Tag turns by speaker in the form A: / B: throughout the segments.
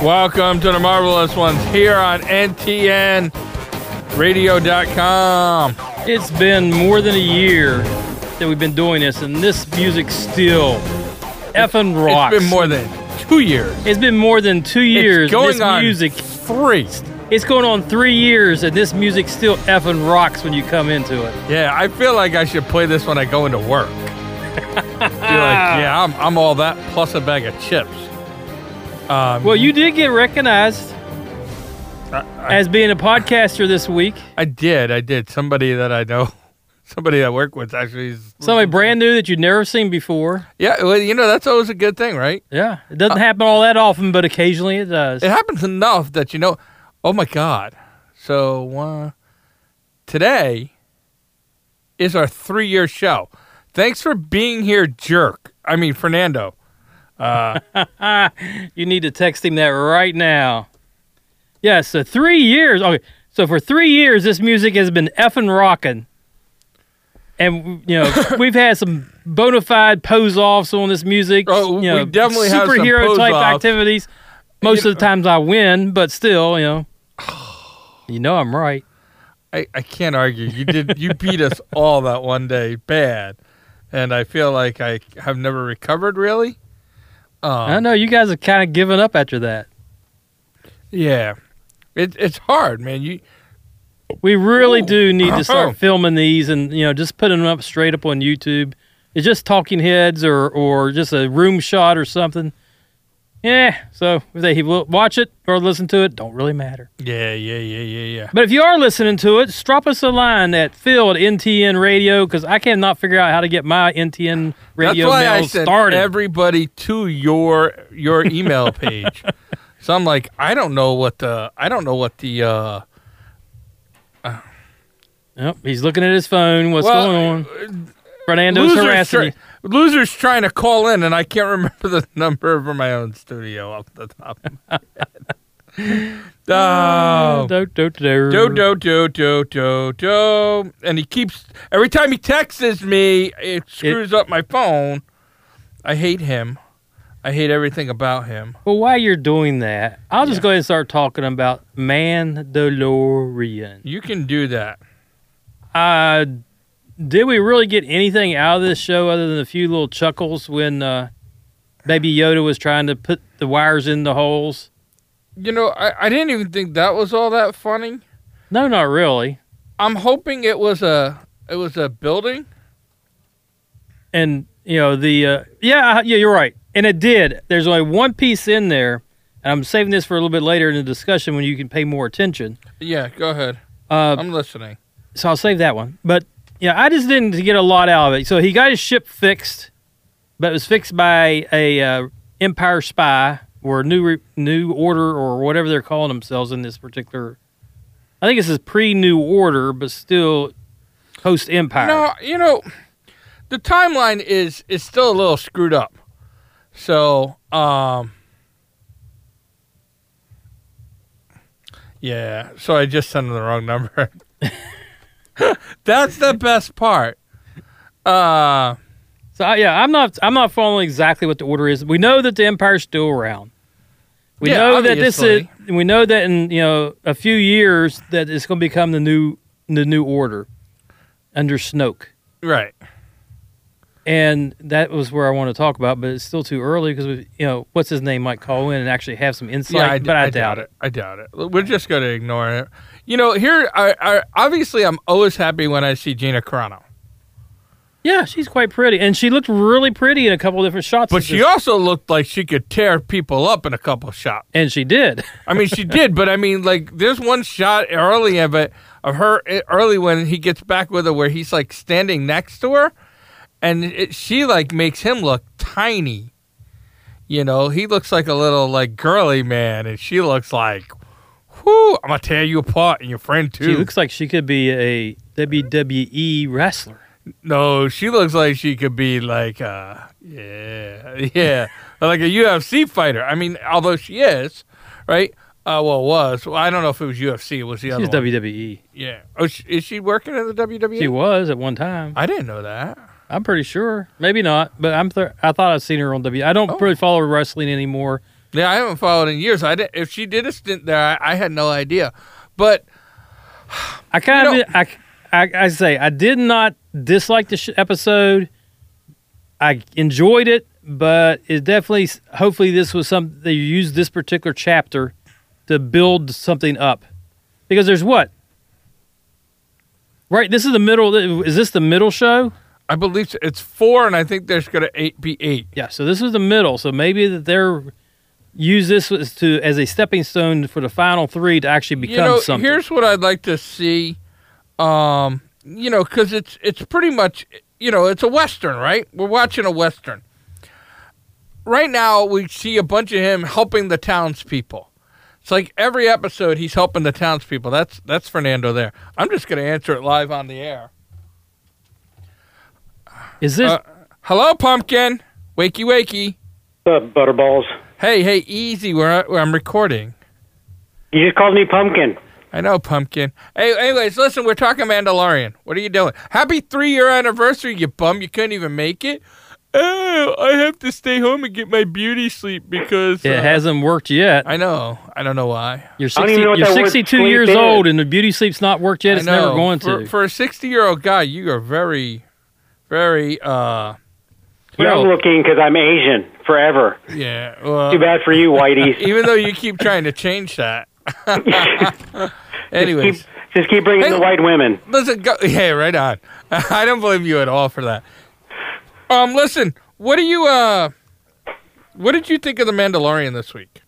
A: Welcome to the Marvelous Ones here on NTNRadio.com.
B: It's been more than a year that we've been doing this, and this music still effing rocks.
A: It's been more than two years.
B: It's been more than two
A: It's
B: years.
A: going
B: this
A: on
B: music.
A: Three.
B: It's going on three years, and this music still effing rocks when you come into it.
A: Yeah, I feel like I should play this when I go into work. Be like,
B: Ah.
A: yeah, I'm, I'm all that plus a bag of chips. Um,
B: Well, you did get recognized
A: Uh,
B: as being a podcaster this week.
A: I did, I did. Somebody that I know, somebody I work with actually. Is,
B: Somebody brand new that you've never seen before.
A: yeah, well, you know that's always a good thing, right?
B: Yeah, it
A: Uh,
B: doesn't happen all that often, but occasionally it does.
A: it happens enough that you know oh my god so uh, today is our three year show thanks for being here jerk i mean fernando uh,
B: You need to text him that right now. Yeah, so three years. Okay, so for three years, this music has been effing rocking. And, you know, we've had some bona fide pose offs on this music.
A: Oh,
B: you
A: we
B: know,
A: definitely have some
B: superhero type
A: pose-offs.
B: activities. Most
A: You-
B: of the times I win, but still, you know, you know I'm right.
A: I, I can't argue you did you beat us all that one day bad and i feel like i have never recovered really
B: I
A: um,
B: know you guys have kind of given up after that.
A: yeah it, it's hard man you
B: We really
A: Ooh.
B: do need to
A: Uh-huh.
B: start filming these and you know just putting them up straight up on YouTube. It's just talking heads or or just a room shot or something. Yeah. So if they will watch it or listen to it, don't really matter.
A: yeah yeah yeah yeah yeah
B: But if you are listening to it, just drop us a line at Phil at NTN Radio because I cannot figure out how to get my NTN Radio
A: That's why I
B: mail
A: sent
B: started.
A: everybody to your your email page. so I'm like, I don't know what the I don't know what the uh,
B: Yep, he's looking at his phone. What's
A: Well, uh,
B: going on? Fernando's
A: losers,
B: harassing
A: try,
B: you.
A: losers trying to call in, and I can't remember the number for my own studio off the top of my head. Oh.
B: Do, do, do.
A: Do do do do do do, and he keeps every time he texts me, it screws up my phone. I hate him. I hate everything about him.
B: Well, while you're doing that, I'll just go ahead and start talking about Mandalorian.
A: You can do that.
B: Uh, did we really get anything out of this show other than a few little chuckles when uh, Baby Yoda was trying to put the wires in the holes?
A: You know, I, I didn't even think that was all that funny.
B: No, not really.
A: I'm hoping it was a it was a building.
B: And you know the uh, yeah yeah you're right. And it did. There's only one piece in there, and I'm saving this for a little bit later in the discussion when you can pay more attention.
A: Yeah, go ahead.
B: Uh,
A: I'm listening.
B: so I'll save that one. But yeah, I just didn't get a lot out of it. So he got his ship fixed, but it was fixed by a uh, Empire spy or new re- new order or whatever they're calling themselves in this particular. I think this is pre New Order, but still post Empire.
A: No, you know, the timeline is is still a little screwed up. So, um Yeah, so I just sent him the wrong number. That's the best part. Uh
B: So I- yeah, I'm not I'm not following exactly what the order is. We know that the Empire's still around. We
A: Yeah,
B: know that this is we know that in you know a few years that it's going to become the new the new order under Snoke.
A: right.
B: and that was where I want to talk about, but it's still too early because you know what's his name might call in and actually have some insight.
A: I d-
B: but I,
A: I
B: doubt, it.
A: I doubt it. We're just going to ignore it. You know, here, I, I, obviously, I'm always happy when I see Gina Carano,
B: Yeah, she's quite pretty, and she looked really pretty in a couple different shots.
A: but
B: of
A: she
B: this-
A: also looked like she could tear people up in a couple shots.
B: and she did.
A: I mean, she did, but I mean, like, there's one shot early of it of her eh, early when he gets back with her, where he's like standing next to her, and it, she like makes him look tiny. You know, he looks like a little like girly man, and she looks like, "Whoo, I'm gonna tear you apart and your friend too."
B: She looks like she could be a WWE wrestler.
A: No, she looks like she could be like, uh, yeah, yeah, like a UFC fighter. I mean, although she is, right? Uh, well, was well, I don't know if it was UFC. It was the
B: She's
A: other one.
B: WWE.
A: Yeah. Oh, sh- is she working at the WWE?
B: She was at one time.
A: I didn't know that.
B: I'm pretty sure. Maybe not, but I'm. Th- I thought I'd seen her on WWE. I don't
A: Oh.
B: really follow wrestling anymore.
A: Yeah, I haven't followed in years. I didn't, if she did a stint there, I, I had no idea. But
B: I kind of,
A: You know-
B: I, I, I say, I did not dislike the sh- episode. I enjoyed it, but it definitely, hopefully, this was some they used this particular chapter to build something up because there's what. Right, this is the middle. Is this the middle show?
A: I believe so. it's four, and I think there's going to eight be eight.
B: Yeah, so this is the middle. So maybe that they're use this as to as a stepping stone for the final three to actually become
A: you know,
B: something.
A: here's what I'd like to see. Um, you know, because it's it's pretty much you know it's a western, right? We're watching a western. Right now, we see a bunch of him helping the townspeople. It's like every episode he's helping the townspeople. That's that's Fernando there. I'm just going to answer it live on the air.
B: is this
A: Uh, hello, pumpkin. Wakey, wakey.
C: What's up, Butterballs?
A: Hey, hey, easy. Where, I, where I'm recording.
C: You just called me pumpkin.
A: I know, pumpkin. Hey, anyways, listen, we're talking Mandalorian. What are you doing? Happy three year anniversary, you bum. You couldn't even make it. Oh, I have to stay home and get my beauty sleep because
B: it
A: uh,
B: hasn't worked yet?
A: I know. I don't know why.
B: You're
C: I don't
B: 60,
C: even know what
B: you're
C: that word
B: 62
C: sleep
B: years
C: is.
B: old, and the beauty sleep's not worked yet.
A: I
B: It's
A: know.
B: never going
A: for,
B: to.
A: For a sixty year old guy, you are very, very. uh
B: Well-
C: Young looking because I'm Asian forever.
A: Yeah. Well,
C: Too bad for you, Whiteys.
A: even though you keep trying to change that.
C: Just
A: anyways,
C: keep, just keep bringing
A: Hey.
C: the white women.
A: Listen, go. Yeah, right on. I don't blame you at all for that. Um, listen, what do you uh, what did you think of the Mandalorian this week?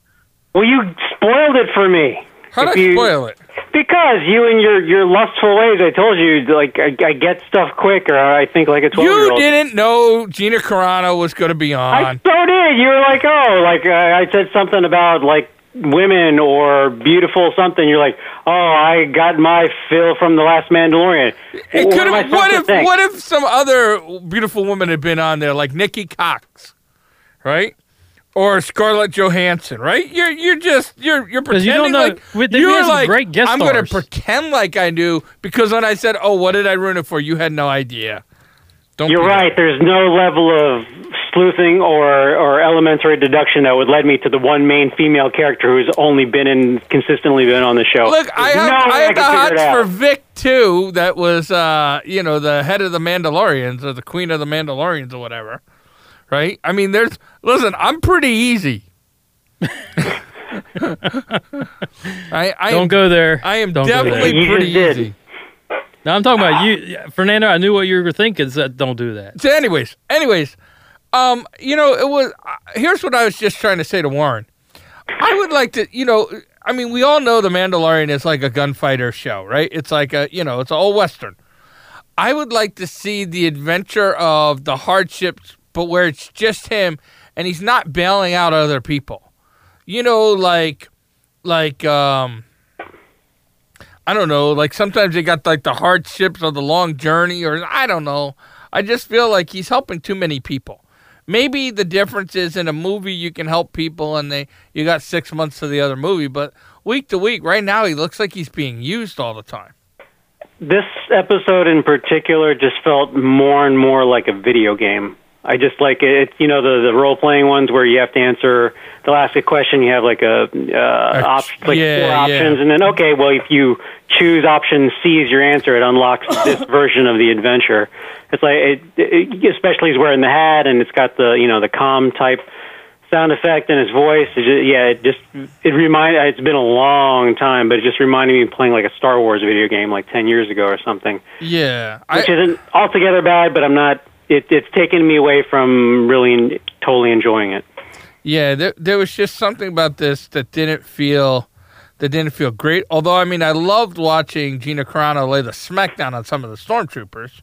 C: Well, you spoiled it for me.
A: How
C: If
A: did I
C: you-
A: spoil it?
C: Because you and your, your lustful ways, I told you, like, I, I get stuff quick, or I think like a 12 year
A: You
C: old.
A: didn't know Gina Carano was going to be
C: I
A: on.
C: so did. You were like, oh, like, I, I said something about, like, women or beautiful something. You're like, oh, I got my fill from The Last Mandalorian.
A: it
C: What
A: could
C: am I
A: have. What
C: supposed to
A: if?
C: think?
A: What if some other beautiful woman had been on there, like Nikki Cox, right? Or Scarlett Johansson, right? You're you're just you're you're
B: 'Cause
A: pretending
B: you don't know-
A: like
B: we- we
A: you're
B: had some
A: like
B: great guest
A: I'm going
B: stars."
A: to pretend like I knew because when I said, "Oh, what did I ruin it for?" You had no idea. Don't
C: You're
A: be-
C: right. There's no level of sleuthing or, or elementary deduction that would lead me to the one main female character who's only been in consistently been on the show.
B: Oh.
A: Look, I
C: There's
A: have
C: no
A: I
C: way
A: have the
C: could figure it
A: hots
C: out.
A: for Vic too. That was uh, you know the head of the Mandalorians or the queen of the Mandalorians or whatever, right? I mean, there's listen. I'm pretty easy. I I
B: don't
A: am,
B: go there.
A: I am
B: Don't go there.
A: definitely
C: You just
A: pretty
C: did.
A: easy.
B: No, I'm talking about you, Fernando. I knew what you were thinking. So don't do that.
A: So, anyways, anyways, um, you know, it was. Uh, here's what I was just trying to say to Warren. I would like to, you know, I mean, we all know the Mandalorian is like a gunfighter show, right? It's like a, you know, it's all western. I would like to see the adventure of the hardships, but where it's just him and he's not bailing out other people. You know, like, like, um, I don't know. Like sometimes they got like the hardships of the long journey, or I don't know. I just feel like he's helping too many people. Maybe the difference is in a movie you can help people, and they you got six months to the other movie. But week to week, right now he looks like he's being used all the time.
C: This episode in particular just felt more and more like a video game. I just like it, you know, the the role playing ones where you have to answer. They'll ask a question. You have like a uh, op, like
A: yeah,
C: four
A: yeah.
C: options, and then okay, well, if you choose option C as your answer, it unlocks this version of the adventure. It's like, it, it, especially he's wearing the hat, and it's got the you know the calm type sound effect in his voice. It ju- yeah, it just it remind. It's been a long time, but it just reminded me of playing like a Star Wars video game like ten years ago or something,
A: Yeah, I-
C: which isn't altogether bad. But I'm not. It, it's taken me away from really en- totally enjoying it.
A: Yeah, there, there was just something about this that didn't feel that didn't feel great. Although, I mean, I loved watching Gina Carano lay the smackdown on some of the stormtroopers.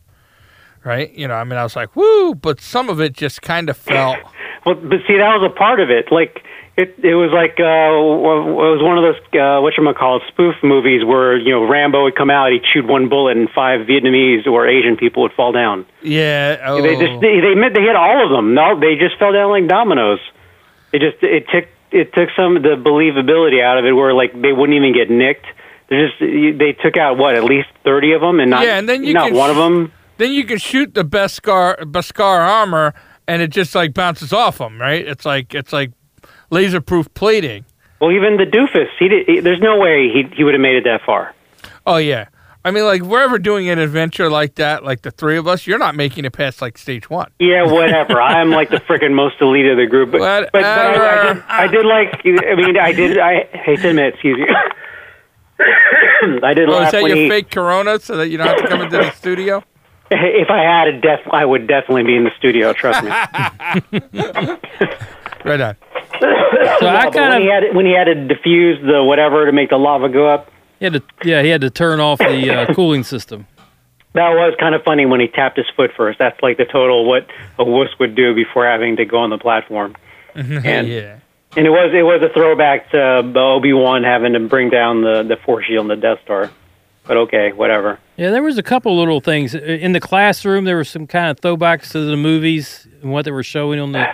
A: Right? You know, I mean, I was like, "Woo!" But some of it just kind of felt.
C: Well, but see, that was a part of it. Like it, it was like uh, w- it was one of those uh, what you call spoof movies where you know Rambo would come out, he chewed one bullet, and five Vietnamese or Asian people would fall down.
A: Yeah. Oh,
C: They just they, they meant they hit all of them. No, they just fell down like dominoes. It just it took it took some of the believability out of it, where like they wouldn't even get nicked. They just they took out what at least thirty of them, and not
A: Yeah, and then you
C: not
A: can-
C: one of them.
A: then you can shoot the Beskar Beskar armor, and it just like bounces off them. Right? It's like it's like laser proof plating.
C: Well, even the doofus, he did, he- there's no way he he would have made it that far.
A: Oh yeah. I mean, like if we're ever doing an adventure like that, like the three of us, you're not making it past like stage one.
C: Yeah, whatever. I'm like the freaking most elite of the group, but but, but I, I, did, I did like. I mean, I did. I hate to admit, excuse me. I did
A: Oh, is
C: laugh
A: that
C: when
A: your
C: he,
A: fake Corona so that you don't have to come into the studio?
C: If I had a def, I would definitely be in the studio. Trust me.
A: Right on.
B: So I
C: No, but when he
B: kind of
C: had when he had to diffuse the whatever to make the lava go up.
B: had to, yeah, he had to turn off the uh, cooling system.
C: That was kind of funny when he tapped his foot first. That's like the total what a wuss would do before having to go on the platform. And
A: yeah.
C: and it was it was a throwback to Obi Wan having to bring down the the force shield in the Death Star. But okay, whatever.
B: Yeah, there was a couple little things in the classroom. There were some kind of throwbacks to the movies and what they were showing on the,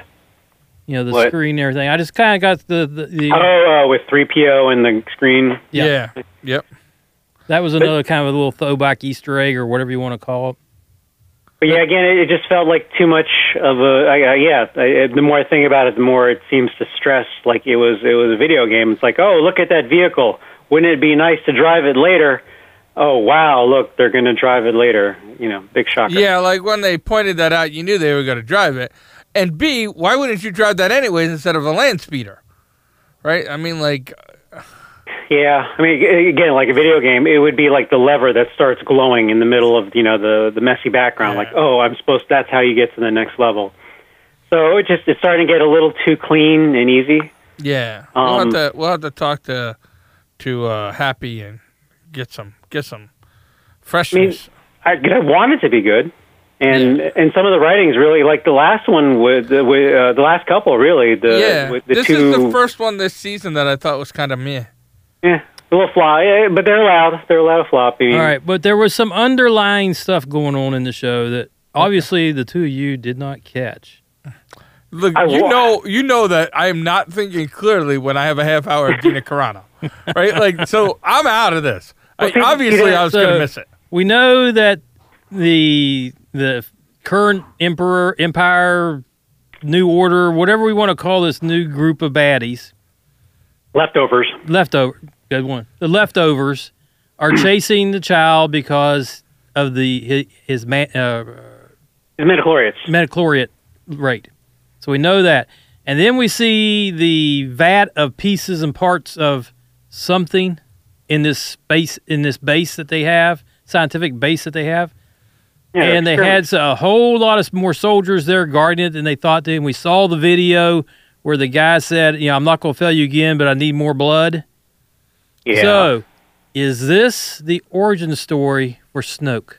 B: you know, the
C: What?
B: screen and everything. I just kind of got the the, the
C: Oh, uh, with three PO and the screen.
A: Yeah.
B: Yeah.
A: Yep.
B: that was another kind of a little throwback Easter egg or whatever you want to call it.
C: But yeah, again, it, it just felt like too much of a I, I, yeah. I, I- the more I think about it, the more it seems to stress like it was it was a video game. It's like, oh, look at that vehicle. Wouldn't it be nice to drive it later? Oh wow, look, they're going to drive it later. You know, big shocker.
A: Yeah, like when they pointed that out, you knew they were going to drive it. And B, why wouldn't you drive that anyways instead of a land speeder? Right? I mean, like,
C: Yeah, I mean, a- again, like a video game, it would be like the lever that starts glowing in the middle of you know the the messy background. Like, oh, I'm supposed. That's how you get to the next level. So it just it's starting to get a little too clean and easy.
A: yeah, we'll have
C: Um,
A: to we'll have to talk to to uh, Happy and get some get some freshness.
C: I, 'cause I want it to be good, and and some of the writings really like the last one with the with, uh, the last couple really the
A: yeah,
C: with the
A: this
C: two
A: is the first one this season that I thought was kind of meh.
C: yeah, a little flop, yeah, but they're allowed they're allowed to flop. I mean,
B: All right, but there was some underlying stuff going on in the show that obviously the two of you did not catch.
A: Look,
C: I
A: you
C: wa-
A: know, you know that I am not thinking clearly when I have a half hour of Gina Carano, right? Like, so I'm out of this. I,
C: see,
A: obviously,
C: Gina-
A: I was going
B: so-
A: to miss it.
B: We know that the the current emperor empire new order whatever we want to call this new group of baddies
C: leftovers.
B: leftover good one the leftovers are chasing the child because of the his, his ma- uh,
C: The midichlorians.
B: metachlorate rate. So we know that. And then we see the vat of pieces and parts of something in this space in this base that they have, scientific base that they have.
C: Yeah,
B: and they
C: experiment.
B: had a whole lot of more soldiers there guarding it than they thought they. And we saw the video where the guy said, "You know, I'm not going to fail you again, but I need more blood."
C: yeah.
B: So, is this the origin story for Snoke?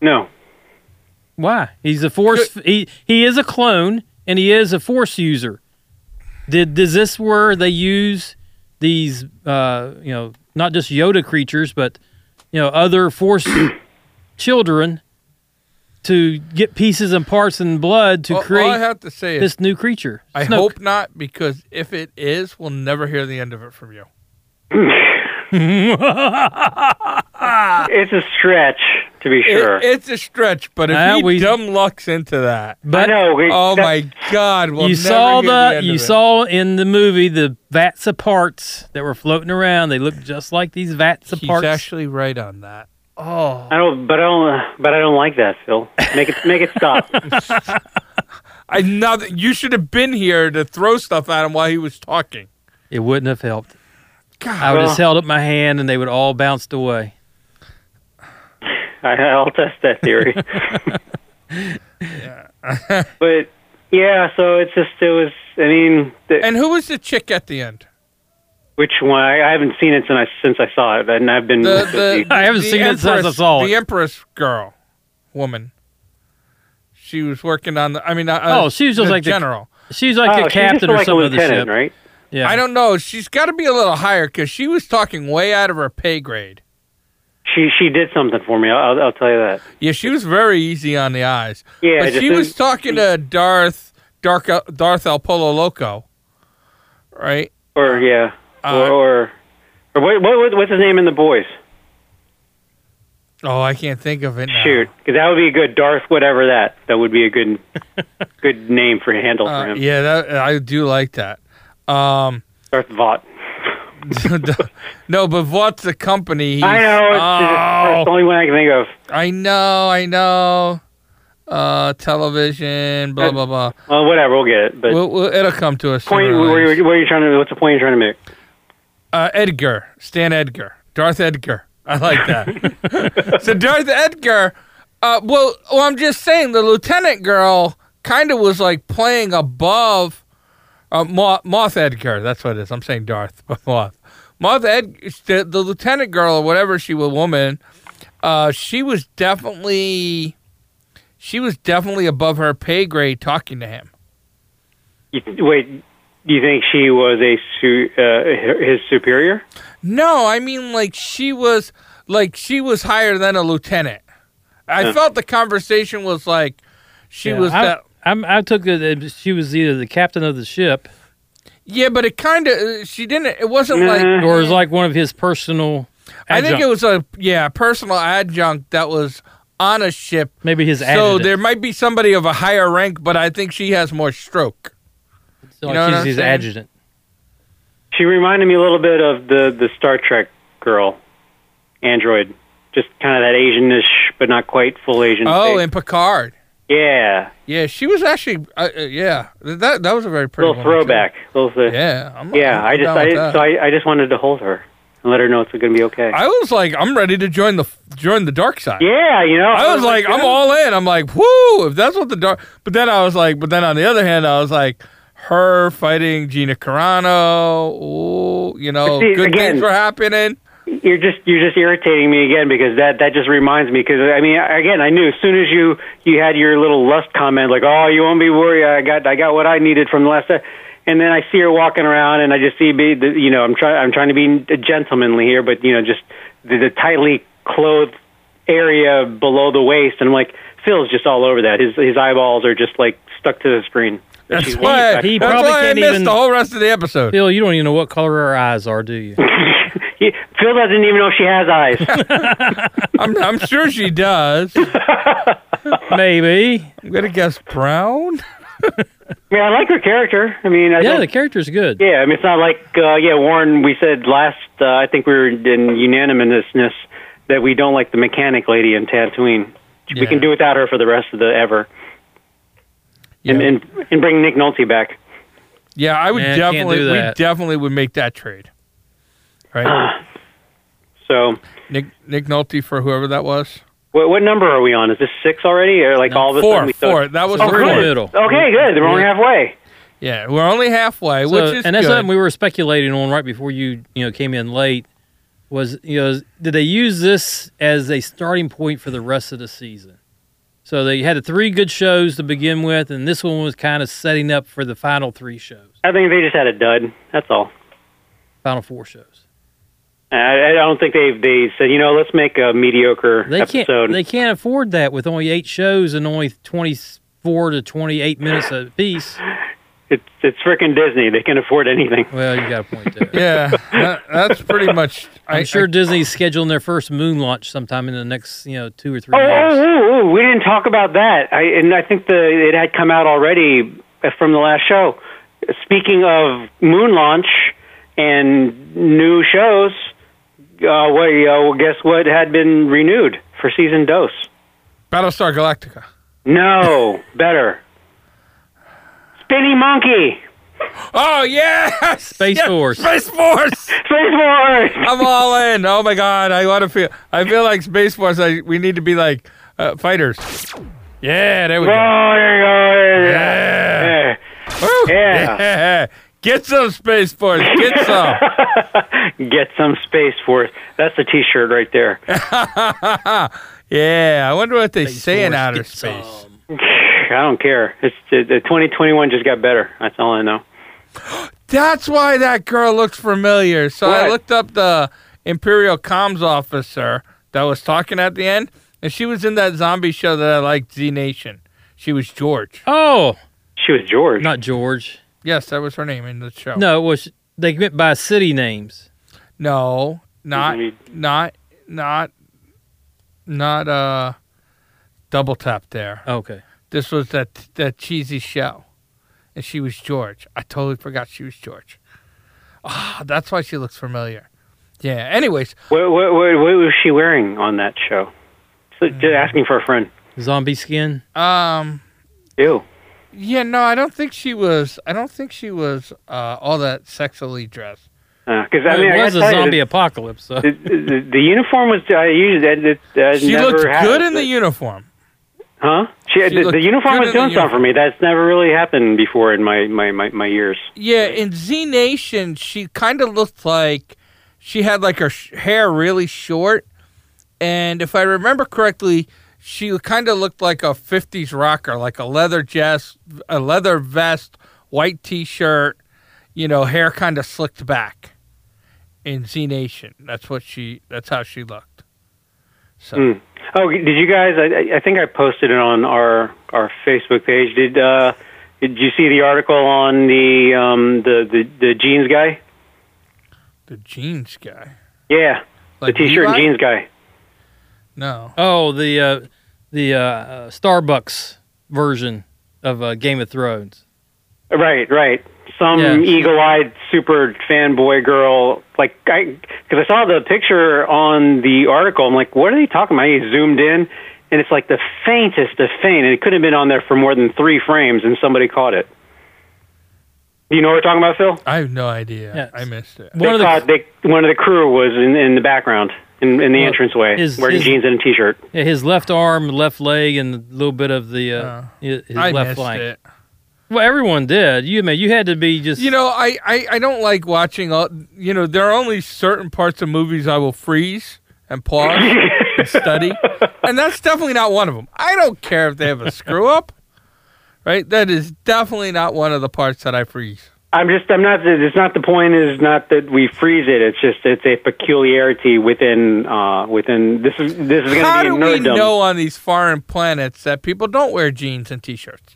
C: no.
B: Why? He's a force. He he is a clone, and he is a force user. Did is this where they use these? Uh, you know, not just Yoda creatures, but you know, other force children to get pieces and parts and blood to
A: All-
B: create
A: all Oh, I have to say is
B: this new creature.
A: I
B: Snoke.
A: hope not, because if it is, we'll never hear the end of it from you.
C: It's a stretch, to be
A: It-
C: sure.
A: it's a stretch, but if
B: Ah,
A: he
B: we-
A: dumb lucks into that,
C: I
B: But
C: know. we-
A: oh
C: that-
A: my God, we'll
B: you
A: never
B: saw
A: hear
B: the,
A: end
B: you
A: of it.
B: saw in the movie the vats of parts that were floating around. They looked just like these vats of
A: He's
B: parts.
A: actually right on that. Oh,
C: I don't, but I don't, but I don't like that, Phil. Make it, make it stop.
A: I know that you should have been here to throw stuff at him while he was talking.
B: it wouldn't have helped. I
A: God,
B: would
C: Well-
B: just held up my hand and they would all bounced away.
C: I, I'll test that theory. but yeah, so it's just it was. I mean, the,
A: and who was the chick at the end?
C: which one? I, I haven't seen it since I since I saw it, and I've been.
A: the, the,
B: I haven't
A: the
B: seen it since I
A: Empress-
B: saw it.
A: The Empress girl, woman. She was working on the. I mean, uh,
B: Oh, she was just
A: the
B: like the-
A: general.
B: She's
C: oh,
B: like a
C: she's just
B: captain or
C: like a
B: something of the ship.
C: lieutenant, right?
B: Yeah.
A: I don't know. She's got to be a little higher because she was talking way out of her pay grade.
C: She she did something for me. I'll, I'll tell you that.
A: Yeah, she was very easy on the eyes.
C: Yeah,
A: but
C: just
A: she
C: in-
A: was talking to Darth Dark uh, Darth El Polo Loco, right?
C: Or yeah,
A: Uh,
C: or or, or what, what what's his name in the boys?
A: Oh, I can't think of it. Now.
C: Shoot, because that would be a good Darth whatever that. That would be a good good name for a handle
A: Uh,
C: for him.
A: yeah, that, I do like that. Um,
C: Darth Vaught.
A: no, but what's the company? He's-
C: I know. It's, it's the
A: Oh,
C: only one I can think of.
A: I know. I know. Uh, television. Blah
C: That-
A: blah blah.
C: Well, whatever, we'll get it. But
A: We'll, we'll, it'll come to us.
C: point,
A: sooner or
C: what are,
A: later.
C: you, what are you trying to? What's the point you're trying to make?
A: Uh, Edgar, Stan Edgar, Darth Edgar. I like that. so Darth Edgar. Uh, well, well, I'm just saying the lieutenant girl kind of was like playing above uh, Moth, Moth Edgar. That's what it is. I'm saying Darth, but Moth. Moth Ed, the, the lieutenant girl or whatever she was, woman. Uh, she was definitely, she was definitely above her pay grade talking to him.
C: You, wait, do you think she was a su- uh, his superior?
A: No, I mean like she was like she was higher than a lieutenant. I
C: Huh.
A: felt the conversation was like she
B: Yeah,
A: was
B: I,
A: that.
B: I'm, I took it that she was either the captain of the ship
A: Yeah, but it kind of she didn't. It wasn't like
C: Nah.
B: or is like one of his personal.
A: I think
B: adjunct-
A: it was a yeah personal adjunct that was on a ship.
B: maybe his.
A: So
B: adjutant.
A: there might be somebody of a higher rank, but I think she has more stroke.
B: So,
A: you
B: like
A: know what
B: she's
A: I'm
B: his
A: saying?
B: adjutant.
C: She reminded me a little bit of the the Star Trek girl, android. Just kind of that Asianish, but not quite full Asian.
A: Oh,
C: face.
A: and Picard.
C: yeah,
A: Yeah, she was actually. Uh, uh, yeah, that that was a very pretty
C: little
A: woman, too.
C: throwback. Little, uh,
A: Yeah, I'm,
C: yeah.
A: I'm
C: I just
A: down
C: I,
A: with that.
C: so I, I just wanted to hold her and let her know it's going to be okay.
A: I was like, I'm ready to join the join the dark side.
C: yeah, you know.
A: I was like, I'm
C: yeah.
A: all in. I'm like, whoo, if that's what the dark. But then I was like, but then on the other hand, I was like, her fighting Gina Carano. Ooh, you know,
C: But see,
A: good
C: again-
A: things were happening.
C: You're just you're just irritating me again because that that just reminds me because I mean again I knew as soon as you you had your little lust comment like oh you won't be worried I got I got what I needed from the last time. and then I see her walking around and I just see be the, you know I'm trying I'm trying to be gentlemanly here but you know just the, the tightly clothed area below the waist and I'm like Phil's just all over that his his eyeballs are just like stuck to the screen.
A: That's
C: She's
A: why.
C: walking
B: He
A: that's
B: probably
A: why I
B: can't
A: missed
B: even-
A: the whole rest of the episode.
B: Phil, you don't even know what color her eyes are, do you?
C: back. He- Phil doesn't even know if she has eyes.
A: I'm, I'm sure she does.
B: Maybe.
A: I'm gonna guess brown.
C: I mean, I like her character. I mean, I
B: Yeah,
C: don't-
B: the character's good.
C: yeah. I mean, it's not like uh, yeah, Warren. We said last. Uh, I think we were in unanimousness that we don't like the mechanic lady in Tatooine.
A: Yeah.
C: We can do without her for the rest of the ever, and,
A: Yeah.
C: and and bring Nick Nolte back.
A: Yeah, I would
B: Yeah, I can't
A: definitely.
B: do
A: We
B: that.
A: definitely would make that trade.
C: Ah.
A: Right,
C: So,
A: Nick Nick Nolte for whoever that was.
C: what, what number are we on? Is this six already, or like all of a
A: Four,
C: sudden we
A: four. That was
B: Oh,
A: the
B: we're in the
A: four.
B: middle.
C: Okay, good. We're only
B: Yeah.
C: halfway.
A: Yeah, we're only halfway,
B: So-
A: which is
B: and that's
A: good.
B: something we were speculating on right before you you know came in late. Was you know is- did they use this as a starting point for the rest of the season? So they had the three good shows to begin with, and this one was kind of setting up for the final three shows,
C: I think they just had a dud. That's all.
B: final four shows.
C: I, I don't think they they said you know let's make a mediocre
B: They can't
C: episode.
B: they can't afford that with only eight shows and only twenty four to twenty eight minutes a piece.
C: it's it's frickin' Disney. They can afford anything.
B: Well, you got a point there.
A: yeah, that, that's pretty much.
B: I'm sure Disney's scheduling their first moon launch sometime in the next, you know, two or three
C: Oh,
B: years.
C: oh, oh, oh, we didn't talk about that. I, and I think the it had come out already from the last show. Speaking of moon launch and new shows, uh, we, uh, well, guess what had been renewed for season dose?
A: Battlestar Galactica.
C: No, better. Spinny Monkey,
A: Oh yes,
B: Space
A: Yes!
B: Force.
A: Space Force.
C: Space Wars.
A: I'm all in. Oh my god, I want to feel. I feel like Space Force. I, we need to be like uh, fighters. Yeah, there we
C: Oh,
A: go.
C: there you go.
A: Yeah.
C: Yeah.
A: Woo!
C: Yeah.
A: Yeah. Get some Space Force. Get some.
C: Get some space for it. That's a T-shirt right there.
A: yeah, I wonder what they say in
B: Force
A: outer
B: gets
A: space.
B: some.
C: I don't care. It's the, the 2021 just got better. That's all I know.
A: That's why that girl looks familiar. So I
C: What?
A: looked up the Imperial comms officer that was talking at the end, and she was in that zombie show that I liked, Z Nation. She was George.
B: Oh,
C: She was George.
B: not George.
A: Yes, that was her name in the show.
B: No, it was they went by city names.
A: No, not
C: Mhm.
A: not not not uh, double tap there.
B: Okay.
A: This was that that cheesy show, and she was George. I totally forgot she was George. Ah, that's why she looks familiar. Yeah. Anyways,
C: What, what, what, what was she wearing on that show? So,
A: Mm.
C: Just asking for a friend.
B: Zombie skin.
A: um,
C: Ew.
A: yeah, no, I don't think she was. I don't think she was uh, all that sexily dressed.
C: Because Uh, I
B: Well,
C: mean,
B: it
C: I
B: was a
C: gotta tell you,
B: zombie apocalypse. So.
C: The, the, the uniform was I used that. that I
A: She
C: never
A: looked
C: had.
A: good in the uniform.
C: Huh? She,
A: She
C: the,
A: looked
C: the uniform
A: good
C: was
A: in the
C: doing something for
A: uniform.
C: me. That's never really happened before in my my my, my years.
A: Yeah, in Z Nation, she kind of looked like she had like her sh- hair really short, and if I remember correctly, she kind of looked like a '50s rocker, like a leather vest, a leather vest, white T-shirt, you know, hair kind of slicked back. In Z Nation, that's what she. That's how she looked. So
C: Mm. Oh, did you guys? I, I- I think I posted it on our our Facebook page. Did uh, did you see the article on the um, the, the the jeans guy?
A: the jeans guy,
C: Yeah,
A: like
C: the t-shirt
A: Levi?
C: and jeans guy.
A: No,
B: Oh, the uh, the uh, Starbucks version of uh, Game of Thrones.
C: Right, right. Some
B: Yeah.
C: eagle-eyed super fanboy girl, like I, because I saw the picture on the article. I'm like, what are they talking about? I zoomed in, and it's like the faintest of faint, and it couldn't have been on there for more than three frames, and somebody caught it. Do you know what we're talking about, Phil?
A: I have no idea.
B: Yes.
A: I missed it.
B: One
C: they
B: of the-
C: caught, they, one of the crew was in, in the background, in, in the
B: Well,
C: entranceway,
B: his-
C: wearing
B: his-
C: jeans and a t-shirt.
B: Yeah, his left arm, left leg, and a little bit of the uh,
A: Uh,
B: his his
A: I
B: left
A: missed
B: flank.
A: it.
B: Well, everyone did. You I mean you had to be just
A: You know, I, I, I don't like watching all. You know, there are only certain parts of movies I will freeze and pause and study, and that's definitely not one of them. I don't care if they have a screw up, right? That is definitely not one of the parts that I freeze.
C: I'm just I'm not it's not the point is not that we freeze it it's just it's a peculiarity within uh within this is this is going
A: How
C: to be a
A: do we
C: nerddom
A: know on these foreign planets that people don't wear jeans and t-shirts?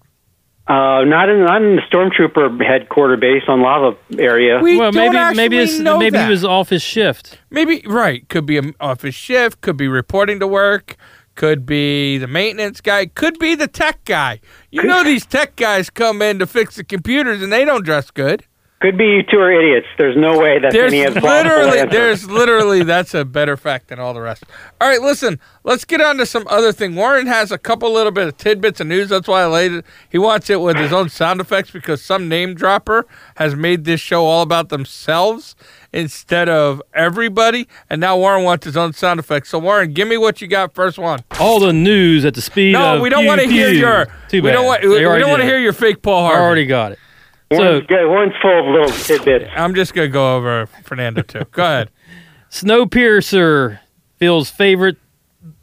C: uh not in not in the stormtrooper headquarter base on lava area
A: We
B: well
A: don't
B: maybe
A: actually
B: maybe it's,
A: know
B: maybe
A: that.
B: he was off his shift.
A: Maybe right could be an office shift, could be reporting to work, could be the maintenance guy, could be the tech guy. You know these tech guys come in to fix the computers and they don't dress good.
C: could be you two are idiots there's no way that's
A: There's
C: any of the plausible
A: literally
C: answer.
A: there's literally that's a better fact than all the rest. All right, listen, let's get on to some other thing. Warren has a couple little bit of tidbits of news. That's why I laid it. He wants it with his own sound effects because some name dropper has made this show all about themselves instead of everybody. And now Warren wants his own sound effects. So Warren, give me what you got first one.
B: All the news at the speed
A: No,
B: of
A: we don't
B: pew,
A: want to hear
B: pew.
A: your
B: Too
A: we
B: bad.
A: don't want
B: They
A: we
B: already
A: don't want to
B: did
A: hear
B: it.
A: your fake Paul
B: I
A: Harvey.
B: already got it. So
C: one's, good, one's full of little tidbits
A: I'm just gonna go over Fernando too. Go ahead.
B: Snowpiercer, Phil's favorite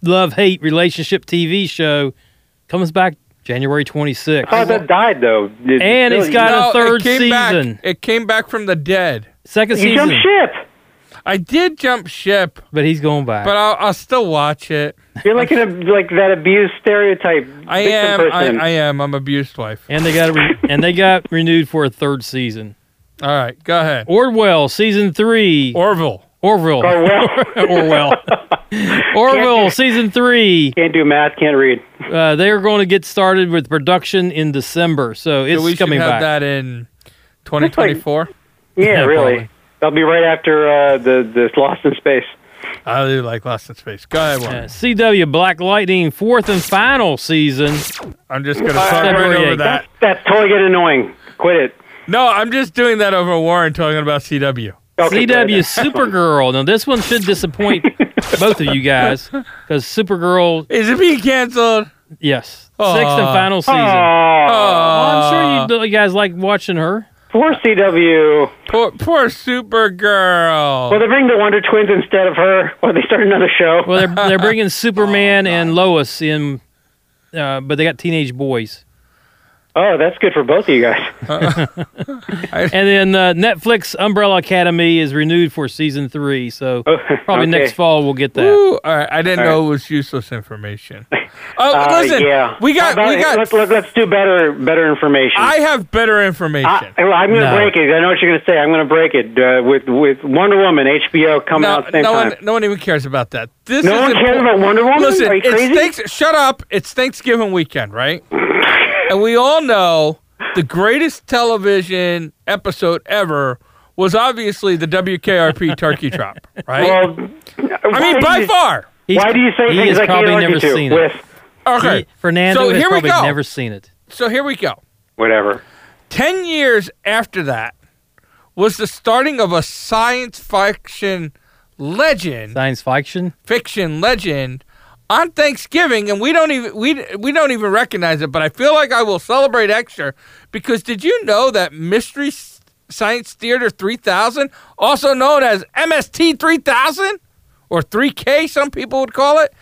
B: love hate relationship TV show, comes back January 26th.
C: I thought that died though Did-
B: And it's
C: Phil,
B: got
A: No,
B: a third
A: it came
B: season.
A: Back, it came back from the dead.
B: Second
C: you, you
B: season.
C: jumped ship
A: I did jump ship,
B: But he's going back.
A: but I'll, I'll still watch it.
C: you're like an like that abused stereotype
A: I
C: victim
A: am.
C: person
A: I, I am. I'm abused wife.
B: and they got re- and they got renewed for a third season.
A: All right, go ahead.
B: Orwell season 3.
A: Orville.
B: Orville.
C: oh well
B: Orwell. Orwell season 3.
C: can't do math can't read
B: Uh, they are going to get started with production in December. So
A: So
B: it's
A: we should
B: coming
A: have
B: back.
A: that in 2024.
B: Yeah,
C: yeah
B: probably.
C: really that'll be right after uh, the the Lost in Space.
A: I do like Lost in Space. Go ahead,
B: Uh,
A: Warren.
B: CW Black Lightning fourth and final season.
A: I'm just gonna
C: I-
A: talk
C: I-
A: right over
B: February
A: that.
C: That's totally getting annoying. Quit it.
A: No, I'm just doing that over Warren talking about CW.
C: Okay, good.
B: CW Supergirl. Now this one should disappoint both of you guys because Supergirl,
A: Is it being canceled?
B: yes,
A: Aw.
B: sixth and final season.
A: Oh.
C: Aw,
B: Well, I'm sure you, you guys like watching her.
C: poor CW.
A: Poor, poor Supergirl.
C: Will they bring the Wonder Twins instead of her? Or they start another show?
B: Well, they're they're bringing Superman
A: Oh,
B: and Lois in, uh, but they got teenage boys.
C: oh, that's good for both of you guys.
B: And then uh, Netflix Umbrella Academy is renewed for season three. So
C: Oh,
B: probably
C: okay.
B: next fall we'll get that.
A: Woo. All right, I didn't
C: All
A: know it was useless information. Oh,
C: Uh,
A: listen,
C: yeah.
A: we got-
C: How about-
A: we got-
C: Let's, let's, let's do better. Better information.
A: I have better information.
C: I, well, I'm going to
B: No.
C: break it. I know what you're going to say. I'm going to break it uh, with with Wonder Woman. HBO coming
A: no,
C: out same
A: no
C: time.
A: one, no one even cares about that. This
C: No
A: is
C: one cares
A: important.
C: about Wonder Woman?
A: Listen,
C: Are you
A: it's
C: crazy?
A: thanks- shut up. It's Thanksgiving weekend, right? and we all know the greatest television episode ever was obviously the WKRP Turkey Trot, right?
C: well,
A: I mean, by far.
B: He's-
C: Why do you say
B: he
C: things
B: has
C: like
B: probably
C: you
B: never seen
C: with
B: it.
A: Okay,
B: He- Fernando
A: So
B: has
A: here we
B: probably
A: go.
B: never seen it.
A: So here we go.
C: whatever?
A: Ten years after that was the starting of a science fiction legend.
B: Science fiction.
A: fiction legend on Thanksgiving, and we don't even we we don't even recognize it. But I feel like I will celebrate extra because did you know that Mystery S- Science Theater three thousand, also known as MST three thousand or three K, some people would call it.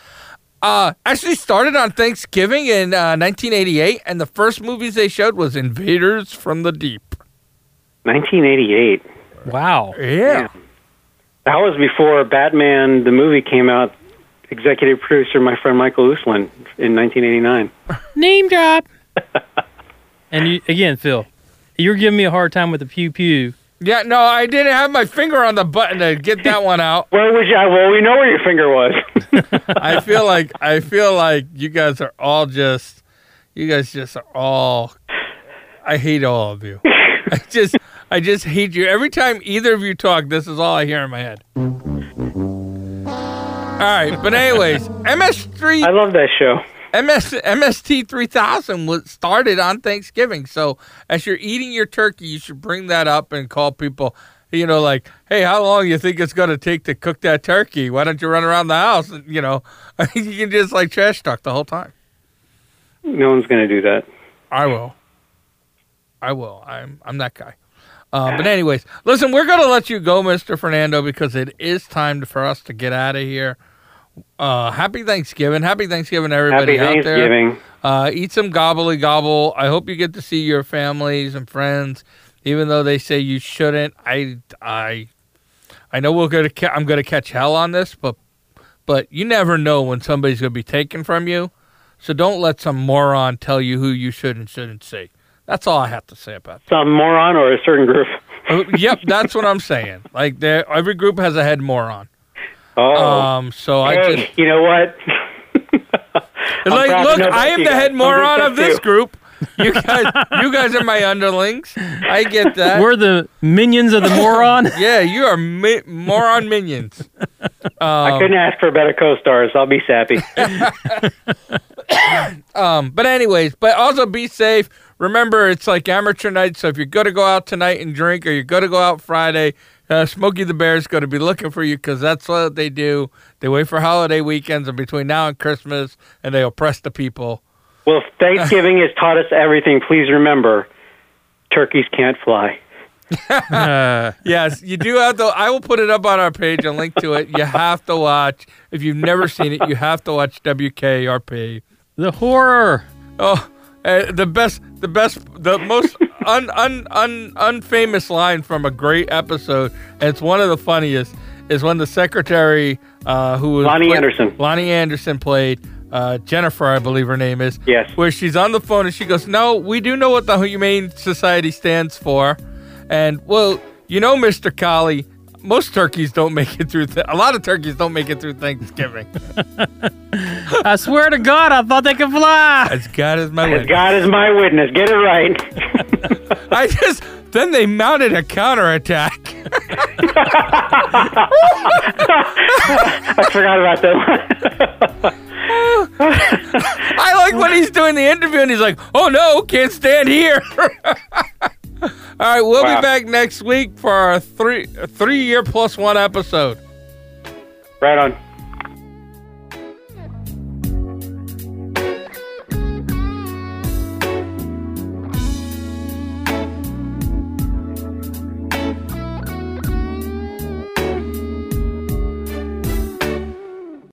A: Uh, actually started on Thanksgiving in uh, 1988, and the first movies they showed was Invaders from the Deep.
C: 1988.
B: Wow.
A: Yeah,
C: That was before Batman the movie came out. Executive producer, my friend Michael Uslan, in 1989.
B: Name drop. and you, again, Phil, you're giving me a hard time with the pew pew.
A: yeah. No, I didn't have my finger on the button to get that one out.
C: Where was you? Well, we know where your finger was.
A: I feel like I feel like you guys are all just you guys just are all I hate all of you. I just I just hate you. Every time either of you talk, this is all I hear in my head. All right, but anyways, MS3
C: I love that show.
A: MS MST 3000 was started on Thanksgiving. So as you're eating your turkey, you should bring that up and call people. You know, like, hey, how long you think it's going to take to cook that turkey? Why don't you run around the house? And, you know, you can just like trash talk the whole time.
C: No one's going to do that.
A: I will. I will. I'm I'm that guy. Uh, but anyways, listen, we're gonna let you go, Mr. Fernando, because it is time for us to get out of here. Uh, happy Thanksgiving! Happy Thanksgiving, everybody
C: Happy
A: out there.
C: Thanksgiving.
A: Uh, eat some gobbly gobble. I hope you get to see your families and friends, even though they say you shouldn't. I I I know we're gonna ca- I'm gonna catch hell on this, but but you never know when somebody's gonna be taken from you. So don't let some moron tell you who you should and shouldn't see. That's all I have to say about
C: Some moron or a certain group.
A: that. Uh, yep, that's what I'm saying. Like there, every group has a head moron.
B: Uh,
C: Oh,
A: Um, so I
C: hey,
A: just
C: you know what? I'm
A: like
C: proud to
A: look,
C: know that
A: I am
C: you
A: the
C: guys-
A: head
C: some
A: moron
C: groups
A: of
C: have
A: this
C: two.
A: group. You guys, you guys are my underlings. I get that.
B: We're the minions of the moron.
A: yeah, you are mi- moron minions.
C: I couldn't ask for better co-stars. I'll be sappy.
A: Um, but anyways, but also be safe. Remember, it's like amateur night, so if you're going to go out tonight and drink, or you're going to go out Friday, uh, Smokey the Bear's going to be looking for you because that's what they do. They wait for holiday weekends and between now and Christmas, and they oppress the people.
C: well, if Thanksgiving has taught us everything. Please remember, turkeys can't fly.
B: Uh,
A: Yes, you do have to. I will put it up on our page and link to it. You have to watch. If you've never seen it, you have to watch WKRP.
B: the horror.
A: Oh, uh, the best, the best, the most un, un, un, unfamous line from a great episode, and it's one of the funniest, is when the secretary, uh, who was
C: Lonnie
A: played-
C: Anderson.
A: Lonnie Anderson played uh, Jennifer, I believe her name is.
C: Yes.
A: Where she's on the phone and she goes, "No, we do know what the Humane Society stands for," and well, you know, Mister Collie. Most turkeys don't make it through. Th- a lot of turkeys don't make it through Thanksgiving.
B: I swear to God, I thought they could fly.
A: As God is my
C: As
A: witness.
C: God is my witness, get it right.
A: I just then they mounted a counterattack.
C: I forgot about that. one.
A: I like when he's doing the interview and he's like, "Oh no, can't stand here." All right, we'll be
C: Wow.
A: back next week for our three three year plus one episode.
C: right on.